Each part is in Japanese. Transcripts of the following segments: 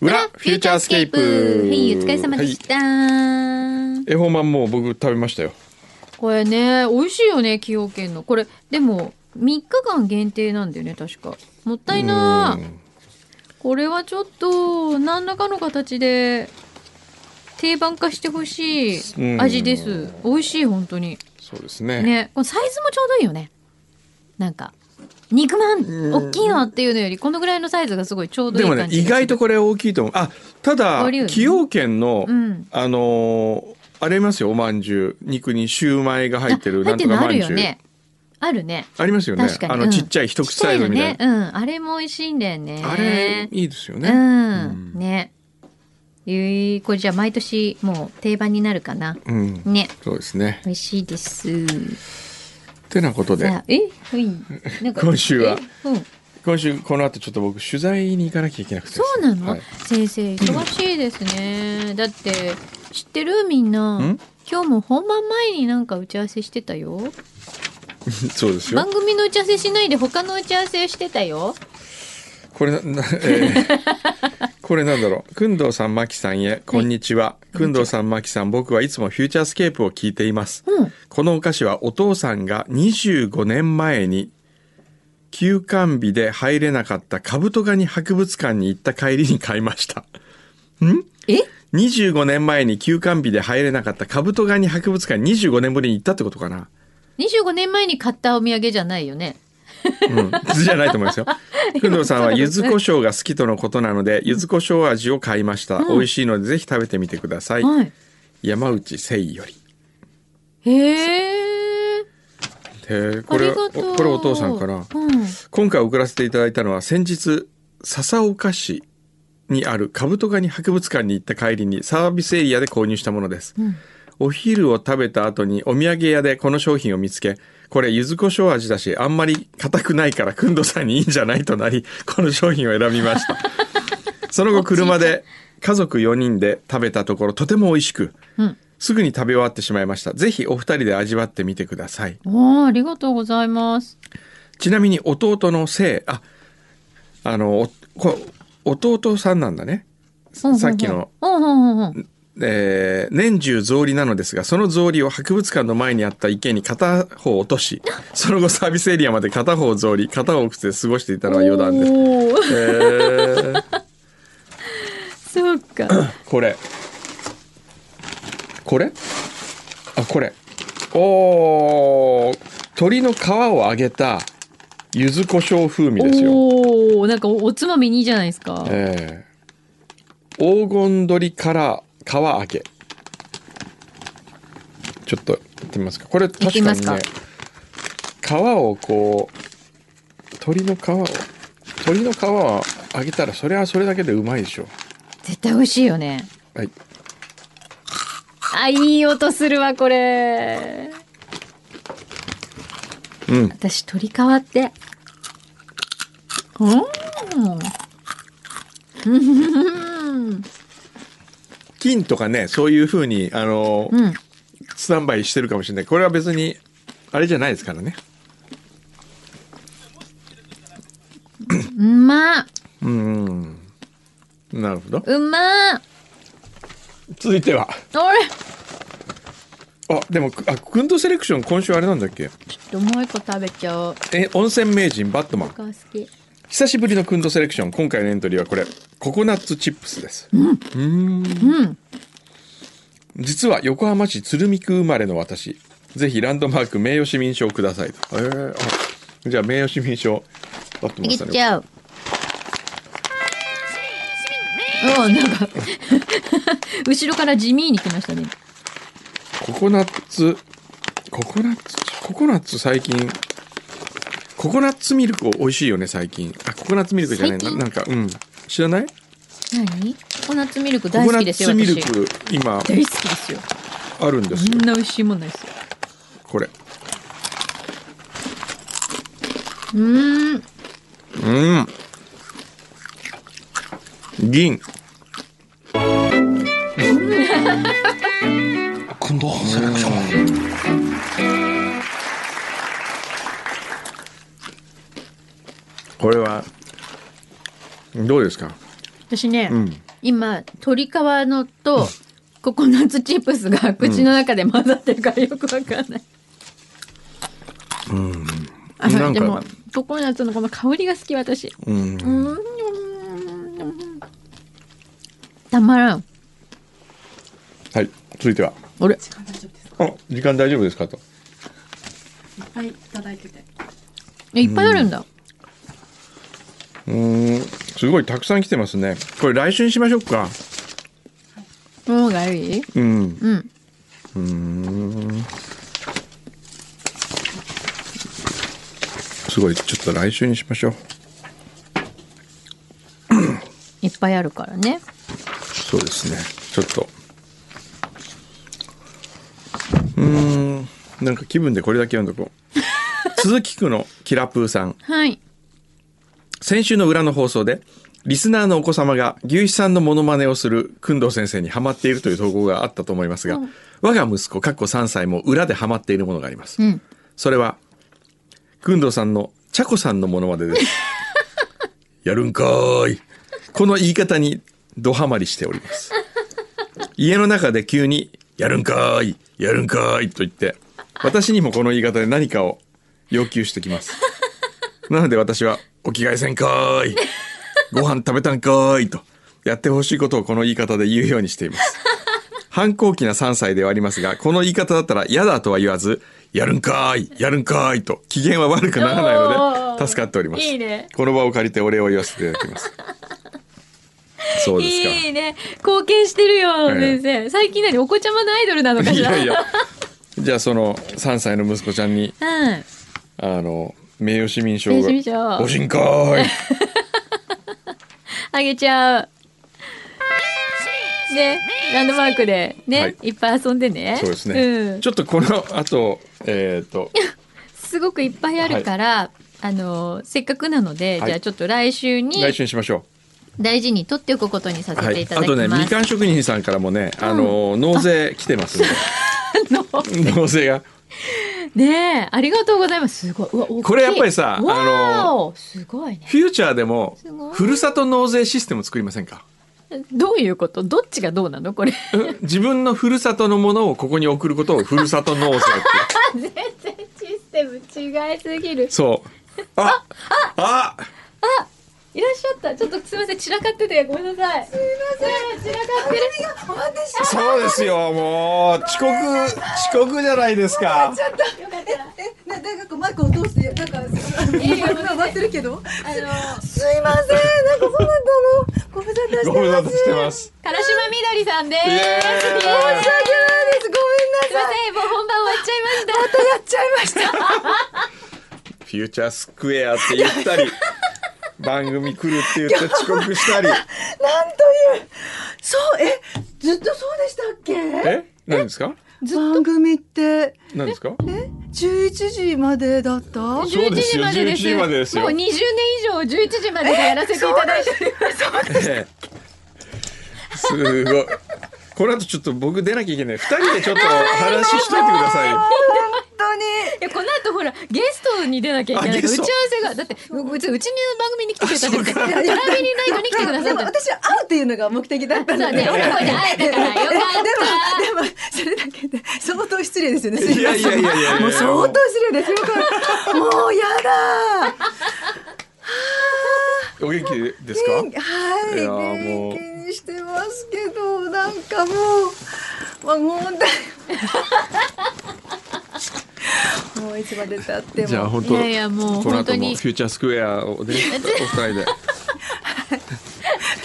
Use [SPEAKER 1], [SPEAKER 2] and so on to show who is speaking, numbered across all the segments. [SPEAKER 1] フューチャースケープ
[SPEAKER 2] はい、お疲れ様でした。
[SPEAKER 1] 恵方まんもう僕食べましたよ
[SPEAKER 2] これね、美味しいよね、崎陽軒の。これ、でも、3日間限定なんだよね、確か。もったいな
[SPEAKER 1] う
[SPEAKER 2] い
[SPEAKER 1] ん
[SPEAKER 2] これはちょっと、何らかの形で、定番化してほし
[SPEAKER 1] う
[SPEAKER 2] い
[SPEAKER 1] ん
[SPEAKER 2] 味です。美味しい、本当に。
[SPEAKER 1] そうですね
[SPEAKER 2] ね、このサイズもちょうどいいよね。なんか、肉ま
[SPEAKER 1] うん
[SPEAKER 2] ん、大きいのっていうのより、このぐらいのサイズがすごいちょうどい
[SPEAKER 1] で
[SPEAKER 2] い
[SPEAKER 1] も
[SPEAKER 2] 感じ
[SPEAKER 1] ね意外とこれ大きいと思うあただ
[SPEAKER 2] ボリューム
[SPEAKER 1] 崎陽軒の、
[SPEAKER 2] うん
[SPEAKER 1] あのーあれますよおまんじゅう肉にシューマイが入ってる
[SPEAKER 2] あ
[SPEAKER 1] な
[SPEAKER 2] 入
[SPEAKER 1] ん
[SPEAKER 2] って
[SPEAKER 1] と
[SPEAKER 2] る
[SPEAKER 1] か
[SPEAKER 2] のあ
[SPEAKER 1] まん
[SPEAKER 2] る
[SPEAKER 1] じゅ
[SPEAKER 2] よ
[SPEAKER 1] う、
[SPEAKER 2] ね。あるね。
[SPEAKER 1] ありますよね
[SPEAKER 2] 確かに
[SPEAKER 1] あ
[SPEAKER 2] う
[SPEAKER 1] の
[SPEAKER 2] ん
[SPEAKER 1] ちっちゃい一口サイズみたいな
[SPEAKER 2] ちっちゃのね。うん。あれも美味しいんだよね。
[SPEAKER 1] あれいいですよね、
[SPEAKER 2] うん。
[SPEAKER 1] うん
[SPEAKER 2] ね。えー、これじゃあ毎年もう定番になるかな。
[SPEAKER 1] うん
[SPEAKER 2] ね。
[SPEAKER 1] そうですね
[SPEAKER 2] 美味しいです。
[SPEAKER 1] てなことで
[SPEAKER 2] さあ、えはい。なんか
[SPEAKER 1] 今週は。
[SPEAKER 2] えうん。
[SPEAKER 1] 今週この後ちょっと僕取材に行かなきゃいけなくてですね
[SPEAKER 2] そうなの、
[SPEAKER 1] はい
[SPEAKER 2] 先生、忙しいですね。だって、知ってるみんな。
[SPEAKER 1] ん
[SPEAKER 2] 今日も本番前になんか打ち合わせしてたよ。
[SPEAKER 1] そうですよ
[SPEAKER 2] 番組の打ち合わせしないで他の打ち合わせをしてたよ。
[SPEAKER 1] これな、 なえーこれなんだろう。くんどうさん、まきさんへ、こんにちは。くんどうさん、まきさん、僕はいつもフューチャースケープを聞いています。
[SPEAKER 2] うん。
[SPEAKER 1] このお菓子はお父さんが25年前に、休館日で入れなかったカブトガニ博物館に行った帰りに買いました。
[SPEAKER 2] え
[SPEAKER 1] 25年前に休館日で入れなかったカブトガニ博物館に25年ぶりに行ったってことかな。
[SPEAKER 2] 25年前に買ったお土産じゃないよね。
[SPEAKER 1] うん、じゃないと思い ますよ。くんどうさんは柚子胡椒が好きとのことなので、柚子胡椒味を買いました。
[SPEAKER 2] うん
[SPEAKER 1] 美味しいのでぜひ食べてみてください。
[SPEAKER 2] はい。
[SPEAKER 1] 山内誠意より。
[SPEAKER 2] へ
[SPEAKER 1] へ
[SPEAKER 2] え。
[SPEAKER 1] えこ
[SPEAKER 2] あ
[SPEAKER 1] れ
[SPEAKER 2] り
[SPEAKER 1] は
[SPEAKER 2] が
[SPEAKER 1] お
[SPEAKER 2] とう。
[SPEAKER 1] これお父さんかな。
[SPEAKER 2] うん。
[SPEAKER 1] 今回送らせていただいたのは先日笹岡市にあるカブトガニ博物館に行った帰りにサービスエリアで購入したものです。
[SPEAKER 2] うん
[SPEAKER 1] お昼を食べた後にお土産屋でこの商品を見つけ、これ柚子胡椒味だし、あんまり硬くないから、くんどさんにいいんじゃないとなり、この商品を選びま した。その後車で家族4人で食べたところ、とても美味しく、
[SPEAKER 2] うん
[SPEAKER 1] すぐに食べ終わってしまいました。ぜひお二人で味わってみてください。
[SPEAKER 2] おーありがとうございます。
[SPEAKER 1] ちなみに弟のせい、あ、あの、おこ弟さんなんだね。
[SPEAKER 2] うんうんうん
[SPEAKER 1] さっきの。
[SPEAKER 2] うんうんうんうん。
[SPEAKER 1] えー年中草履なのですが、その草履を博物館の前にあった池に片方落と し、その後サービスエリアまで片方草履、片方靴で過ごしていたのは余談です。
[SPEAKER 2] おー
[SPEAKER 1] えー、
[SPEAKER 2] そうか。
[SPEAKER 1] これ。これあ、これ。おー、鳥の皮を揚げた柚子胡椒風味ですよ。
[SPEAKER 2] おおなんかおおつまみにいいじゃないですか。
[SPEAKER 1] えー、黄金鳥から皮揚げ。ちょっとやってみますか。これ
[SPEAKER 2] やって
[SPEAKER 1] 確か
[SPEAKER 2] みま
[SPEAKER 1] に
[SPEAKER 2] すか
[SPEAKER 1] ね、皮をこう、鳥の皮を、鳥の皮を揚げたら、それはそれだけでうまいでしょ
[SPEAKER 2] 絶対美味しいよね。
[SPEAKER 1] う。はい。
[SPEAKER 2] あ、いい音するわ、これ。
[SPEAKER 1] うん。
[SPEAKER 2] 私、鳥皮って。うん。
[SPEAKER 1] 金とかね、そういう風に、あの、
[SPEAKER 2] うん。
[SPEAKER 1] スタンバイしてるかもしれない。これは別に、あれじゃないですからね。
[SPEAKER 2] うまっ
[SPEAKER 1] うん。なるほど。
[SPEAKER 2] うまっ
[SPEAKER 1] 続いては。
[SPEAKER 2] あれ
[SPEAKER 1] あ、でも、あ、クンドセレクション今週あれなんだっけ
[SPEAKER 2] ちょっともう一個食べちゃおう。
[SPEAKER 1] え、温泉名人バットマン
[SPEAKER 2] お。好き。
[SPEAKER 1] 久しぶりのクンドセレクション今回のエントリーはこれココナッツチップスです、うーん
[SPEAKER 2] うん。
[SPEAKER 1] 実は横浜市鶴見区生まれの私ぜひランドマーク名誉市民賞をくださいとえーあじゃあ名誉市民賞バットマ
[SPEAKER 2] い
[SPEAKER 1] ン
[SPEAKER 2] け
[SPEAKER 1] さん
[SPEAKER 2] ちゃう。うん、なんか、 後ろから地味に来ましたね。
[SPEAKER 1] ココナッツココナッツココナッツ最近ココナッツミルク美味しいよね最近あココナッツミルクじゃないな
[SPEAKER 2] 最近
[SPEAKER 1] なんかうん知らない
[SPEAKER 2] 何ココナッツミルク
[SPEAKER 1] コ
[SPEAKER 2] 大
[SPEAKER 1] コ
[SPEAKER 2] 好
[SPEAKER 1] ナ
[SPEAKER 2] きで
[SPEAKER 1] ッ
[SPEAKER 2] すよ、
[SPEAKER 1] ツミル
[SPEAKER 2] 私。
[SPEAKER 1] ク今
[SPEAKER 2] 大好きですよ。
[SPEAKER 1] あるんです
[SPEAKER 2] こ
[SPEAKER 1] よ
[SPEAKER 2] んな美味しいもんないですよ。
[SPEAKER 1] これ
[SPEAKER 2] うーん。
[SPEAKER 1] うん。銀。
[SPEAKER 3] 運動セレクション
[SPEAKER 1] これは、どうですか
[SPEAKER 2] 私ね、
[SPEAKER 1] うん
[SPEAKER 2] 今鶏皮のとココナッツチップスが口の中で混ざってるからよくわかんない。あ
[SPEAKER 1] なん
[SPEAKER 2] でも
[SPEAKER 1] か、
[SPEAKER 2] ココナッツのこの香りが好き、私。
[SPEAKER 1] うん
[SPEAKER 2] う、んたまらん。
[SPEAKER 1] はい続いては
[SPEAKER 2] あれ
[SPEAKER 3] 時間大丈夫ですか
[SPEAKER 1] あ時間大丈夫ですかと
[SPEAKER 3] いっぱいいただいてて
[SPEAKER 2] えいっぱいあるんだ。
[SPEAKER 1] うーんすごいたくさん来てますねこれ来週にしましょうか
[SPEAKER 2] もうがいい
[SPEAKER 1] うん
[SPEAKER 2] うん。
[SPEAKER 1] すごいちょっと来週にしましょう
[SPEAKER 2] いっぱいあるからね。
[SPEAKER 1] そうですねちょっとうーんなんか気分でこれだけ読んどこ う鈴木区のキラプーさん
[SPEAKER 2] はい。
[SPEAKER 1] 先週の裏の放送でリスナーのお子様が牛肥さんのモノマネをする工藤先生にハマっているという投稿があったと思いますが、我が息子かっこ3歳も裏でハマっているものがあります、
[SPEAKER 2] ん
[SPEAKER 1] それは工藤さんの茶子さんのモノマネですやるんかーいこの言い方にドハマりしております家の中で急に「やるんかーいやるんかーい」と言って私にもこの言い方で何かを要求してきますなので私は「お着替えせんかーい」「ご飯食べたんかーい」とやってほしいことをこの言い方で言うようにしています反抗期な3歳ではありますがこの言い方だったら「嫌だ」とは言わず「やるんかーいやるんかーい」と機嫌は悪くならないので助かっております
[SPEAKER 2] いいね
[SPEAKER 1] この場を借りてお礼を言わせていただき ますそうですか
[SPEAKER 2] いいね。貢献してるよ、
[SPEAKER 1] ええ
[SPEAKER 2] 先生。最近何お子ちゃまのアイドルなのか
[SPEAKER 1] い
[SPEAKER 2] しら。
[SPEAKER 1] やいや。じゃあその3歳の息子ちゃんに
[SPEAKER 2] うん。
[SPEAKER 1] あの名誉市民賞
[SPEAKER 2] 名
[SPEAKER 1] が
[SPEAKER 2] 誉市民賞
[SPEAKER 1] おしんかーい
[SPEAKER 2] あげちゃう。ね、ランドマークでね、
[SPEAKER 1] はい
[SPEAKER 2] い、っぱい遊んでね。
[SPEAKER 1] そうですね、
[SPEAKER 2] ん、
[SPEAKER 1] ちょっとこの後えっ、と
[SPEAKER 2] すごくいっぱいあるから、あのせっかくなので、
[SPEAKER 1] はい
[SPEAKER 2] じゃあちょっと来週に
[SPEAKER 1] 来週にしましょ
[SPEAKER 2] 大事に取っておくことにさ
[SPEAKER 1] う、
[SPEAKER 2] せていただ
[SPEAKER 1] あ
[SPEAKER 2] きま
[SPEAKER 1] と
[SPEAKER 2] す。
[SPEAKER 1] ねみかん職人さんからもねあの、納税来てますん で納税が
[SPEAKER 2] ねえありがとうございます。すごい。うわ大きい
[SPEAKER 1] これやっぱりさ
[SPEAKER 2] わー
[SPEAKER 1] あ
[SPEAKER 2] おすごいね。
[SPEAKER 1] フューチャーでも
[SPEAKER 2] すごい
[SPEAKER 1] ふるさと納税システム作りませんか
[SPEAKER 2] どういうこと？どっちがどうなのこれ？
[SPEAKER 1] うん自分のふるさとのものをここに送ることをふるさと納税って
[SPEAKER 2] 全然システム違いすぎる。
[SPEAKER 1] そうああ
[SPEAKER 2] いらっしゃった。ちょっとすみません散らかっててごめんなさい。すみません散らかってる。
[SPEAKER 1] そうですよ、もう遅刻遅刻じゃないですか。
[SPEAKER 3] えななんかこうマイクを通してなんか
[SPEAKER 2] いよ
[SPEAKER 3] 今割ってるけど
[SPEAKER 2] あの
[SPEAKER 3] すいませんなんかそうだったのご無沙汰
[SPEAKER 1] ご無沙汰してます。
[SPEAKER 2] 唐島みどりさんです。
[SPEAKER 1] イエーイ
[SPEAKER 2] イエーイすい
[SPEAKER 3] 申し訳ないですごめんな
[SPEAKER 2] ま
[SPEAKER 3] さい
[SPEAKER 2] せんもう本番終わっちゃいました。
[SPEAKER 3] またやっちゃいました
[SPEAKER 1] フューチャースクエアって言ったり、番組来るって言って遅刻したり。
[SPEAKER 3] なんというそうえずっとそうでしたっけ
[SPEAKER 1] え、何ですか？
[SPEAKER 3] 番組って
[SPEAKER 1] 何ですか？
[SPEAKER 3] え11時までだった
[SPEAKER 1] そうですよ
[SPEAKER 2] 11時まで
[SPEAKER 1] 11
[SPEAKER 2] です
[SPEAKER 1] 時までですよ
[SPEAKER 2] もう20年以上11時まででやらせていただいてる
[SPEAKER 1] ええすごい。この後ちょっと僕出なきゃいけない。二人でちょっと話しといてくださいよ。
[SPEAKER 3] 本当に
[SPEAKER 2] いやこの後ほらゲストに出なきゃいけな
[SPEAKER 1] あ
[SPEAKER 2] い
[SPEAKER 1] ゲ
[SPEAKER 2] 打
[SPEAKER 1] ス
[SPEAKER 2] ち
[SPEAKER 1] ト
[SPEAKER 2] 合わせがだってううちうちの番組に来てくれたんですか
[SPEAKER 1] あ
[SPEAKER 2] ら
[SPEAKER 1] そう
[SPEAKER 2] トラビリナイトに来てくださ
[SPEAKER 3] で
[SPEAKER 2] っ
[SPEAKER 3] も
[SPEAKER 2] たんです
[SPEAKER 3] 私は会うっていうのが目的だったの
[SPEAKER 2] そうね
[SPEAKER 3] で。
[SPEAKER 2] 俺これ会えたからよかった
[SPEAKER 3] でもでもそれだけで相当失礼ですよね。す
[SPEAKER 1] いやいやいやいやいや
[SPEAKER 3] ませんもう相当失礼ですよ。これもうやだ。
[SPEAKER 1] お元気ですか？
[SPEAKER 3] はいい
[SPEAKER 1] やーもう
[SPEAKER 3] 元気にしてますけどなんかもうまあもうだ。もういつまで経っても。
[SPEAKER 1] じゃあ本当
[SPEAKER 2] いやいやもう
[SPEAKER 1] この
[SPEAKER 2] 本当
[SPEAKER 1] 後も
[SPEAKER 2] に
[SPEAKER 1] フューチャースクエアをねお二人で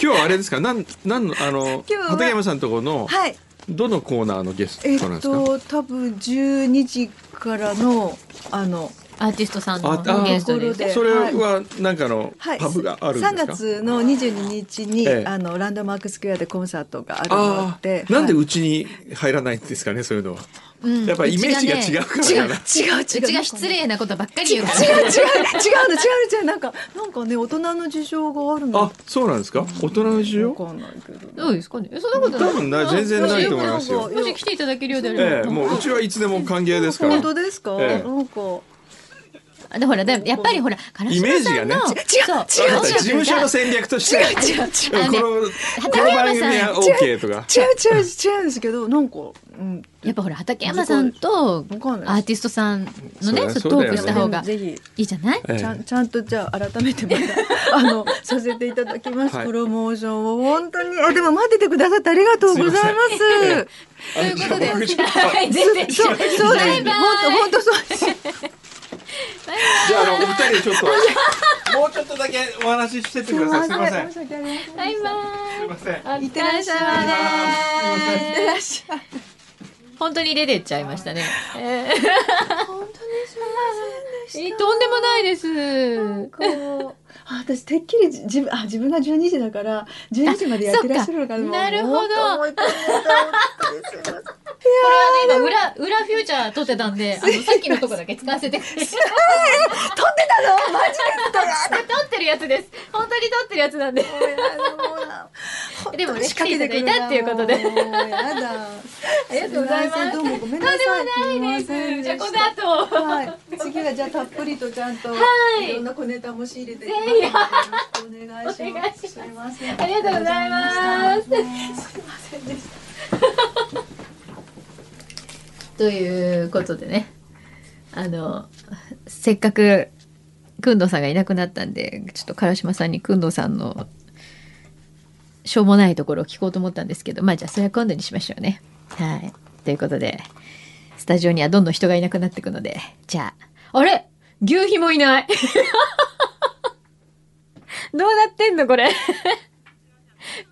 [SPEAKER 1] 今日はあれですかなんなんのあの
[SPEAKER 3] 今日は
[SPEAKER 1] 畠山さんのところの
[SPEAKER 3] はい。
[SPEAKER 1] どのコーナーのゲスト
[SPEAKER 3] え
[SPEAKER 1] なんで
[SPEAKER 3] っ
[SPEAKER 1] すか、
[SPEAKER 3] と多分12時からのあの。
[SPEAKER 2] アーティストさん
[SPEAKER 1] ああ
[SPEAKER 2] のゲストです
[SPEAKER 3] ところで
[SPEAKER 1] それはなんかの
[SPEAKER 3] はい、
[SPEAKER 1] パブがあるんですか、
[SPEAKER 3] 3月の22日に、
[SPEAKER 1] ええ
[SPEAKER 3] あのランドマークスクエアでコンサートがあるの
[SPEAKER 1] ああ
[SPEAKER 3] で、
[SPEAKER 1] なんで
[SPEAKER 3] は
[SPEAKER 1] うちに入らないんですかねそういうのは、
[SPEAKER 2] うん
[SPEAKER 1] やっぱイメージが違うから
[SPEAKER 3] い違
[SPEAKER 1] か
[SPEAKER 3] う違う違う
[SPEAKER 1] な
[SPEAKER 3] 違う違う違う違う違う違う
[SPEAKER 2] うちが失礼なことばっかり言うから
[SPEAKER 3] の違う違うなんかなんかね大人の事情があるの
[SPEAKER 1] あそうなんですか大人の事
[SPEAKER 3] わ
[SPEAKER 1] 情
[SPEAKER 3] かんないけど
[SPEAKER 2] どうですかねえそんなことない
[SPEAKER 1] 多分な全然ないと思いますよ
[SPEAKER 3] なんか
[SPEAKER 2] もし来ていただけるようであれば
[SPEAKER 1] ええもううちはいつでも歓迎ですから
[SPEAKER 3] 本当ですか、
[SPEAKER 1] ええ
[SPEAKER 3] なんか
[SPEAKER 2] あでほらでやっぱりほら唐島さんの
[SPEAKER 1] イメージがね
[SPEAKER 2] そう
[SPEAKER 1] あなた事務所の
[SPEAKER 2] そう
[SPEAKER 1] 戦略として
[SPEAKER 3] 違う違う
[SPEAKER 2] 違う
[SPEAKER 1] このこの番組は OK とか
[SPEAKER 3] 違う違う違うんですけどなんか、うん、
[SPEAKER 2] やっぱほら畠山さんと
[SPEAKER 3] わかん
[SPEAKER 2] ア
[SPEAKER 3] ない
[SPEAKER 2] ーティストさんの
[SPEAKER 1] そうだね
[SPEAKER 2] ねちょっと
[SPEAKER 1] そ
[SPEAKER 2] ト
[SPEAKER 1] うだ
[SPEAKER 2] ー
[SPEAKER 1] よね
[SPEAKER 2] ク
[SPEAKER 3] で
[SPEAKER 2] し
[SPEAKER 3] す
[SPEAKER 2] た方が
[SPEAKER 3] ぜひ
[SPEAKER 2] いいじゃない
[SPEAKER 1] ええ
[SPEAKER 3] ちゃんちゃんとじゃあ改めてま たあのさせていただきます、
[SPEAKER 1] はい
[SPEAKER 3] プロモーションを本当にあでも待っててくださってありがとうございます
[SPEAKER 1] す
[SPEAKER 2] ということで
[SPEAKER 1] あ僕ちょっと
[SPEAKER 2] はい全然
[SPEAKER 3] そうそうです
[SPEAKER 2] バイバイ
[SPEAKER 3] 本当本当そうです
[SPEAKER 1] じゃああのお二人ちょっ ともうちょっとだけお話ししてってくださいすみません
[SPEAKER 3] 申し訳ありません
[SPEAKER 2] バイバ
[SPEAKER 1] すいません
[SPEAKER 2] イ
[SPEAKER 3] いってらっしゃい
[SPEAKER 2] いってらっしゃい
[SPEAKER 3] いらっしゃい
[SPEAKER 2] 本当に出てっちゃいましたね、え
[SPEAKER 3] 本当にすみません
[SPEAKER 2] ー
[SPEAKER 3] でした
[SPEAKER 2] とんでもないです
[SPEAKER 3] こう あ私てっきりじ自分あ自分が12時だから12時までやってらっしゃるのか
[SPEAKER 2] そっ
[SPEAKER 3] な
[SPEAKER 2] かなるほど
[SPEAKER 3] もっと思い込んでた本当にすいません
[SPEAKER 2] これはね、今、裏、裏フューチャー撮ってたんで、あの、さっきのとこだけ使わせてくれ。撮
[SPEAKER 3] 撮ってたのマジですか
[SPEAKER 2] ってるやつです。本当に撮ってるやつなんで。
[SPEAKER 3] ごめんなさいもうな
[SPEAKER 2] でもね
[SPEAKER 3] 仕掛けてくる
[SPEAKER 2] 来ていただいたっていうことで
[SPEAKER 3] もうやだ
[SPEAKER 2] ありがとうございます
[SPEAKER 3] どうもごめん
[SPEAKER 2] と
[SPEAKER 3] なさい
[SPEAKER 2] んでもないで
[SPEAKER 3] すいません
[SPEAKER 2] す。
[SPEAKER 3] で
[SPEAKER 2] じゃあ、
[SPEAKER 3] し
[SPEAKER 2] こ
[SPEAKER 3] た
[SPEAKER 2] の後。
[SPEAKER 3] はい、次はじゃあたっぷりとちゃんと、
[SPEAKER 2] はい
[SPEAKER 3] ろんな小ネタも仕入れていきますのでよろしくお願いします。すいません。
[SPEAKER 2] ありがとうございます
[SPEAKER 3] ありがとうございましたすいませんでした。
[SPEAKER 2] ということでね、あの、せっかく、くんどうさんがいなくなったんで、ちょっと唐島さんにくんどうさんの、しょうもないところを聞こうと思ったんですけど、まあじゃあそれは今度にしましょうね。はい。ということで、スタジオにはどんどん人がいなくなっていくので、じゃあ、あれ牛皮もいない どうなってんのこれ。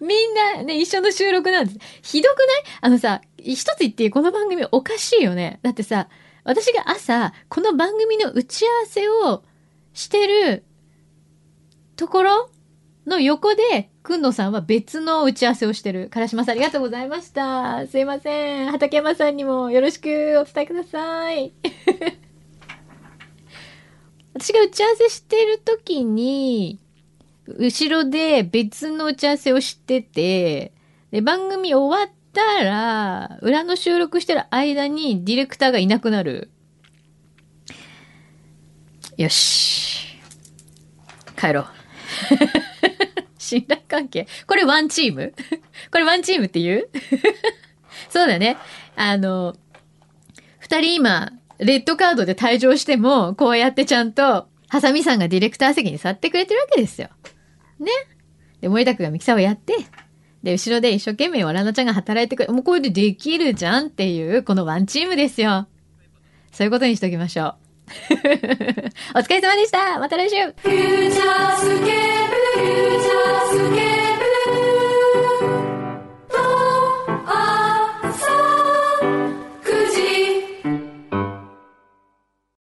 [SPEAKER 2] みんなね、一緒の収録なんです。ひどくないあのさ、一つ言っていいこの番組おかしいよね。だってさ、私が朝、この番組の打ち合わせをしてるところの横で、くんのさんは別の打ち合わせをしてる。からしまさんありがとうございました。すいません。畠山さんにもよろしくお伝えください。 私が打ち合わせしてる時に、後ろで別の打ち合わせをしてて、で、番組終わったら、裏の収録してる間にディレクターがいなくなる。よし。帰ろう。 信頼関係。これワンチーム これワンチームって言う そうだね。あの、二人今、レッドカードで退場しても、こうやってちゃんと、ハサミさんがディレクター席に座ってくれてるわけですよ。ね。で、森田くんがミキサーをやって、で、後ろで一生懸命わらなちゃんが働いてくれもうこれでできるじゃんっていう、このワンチームですよ。そういう ことにしときましょう。お疲れ様でしたまた来週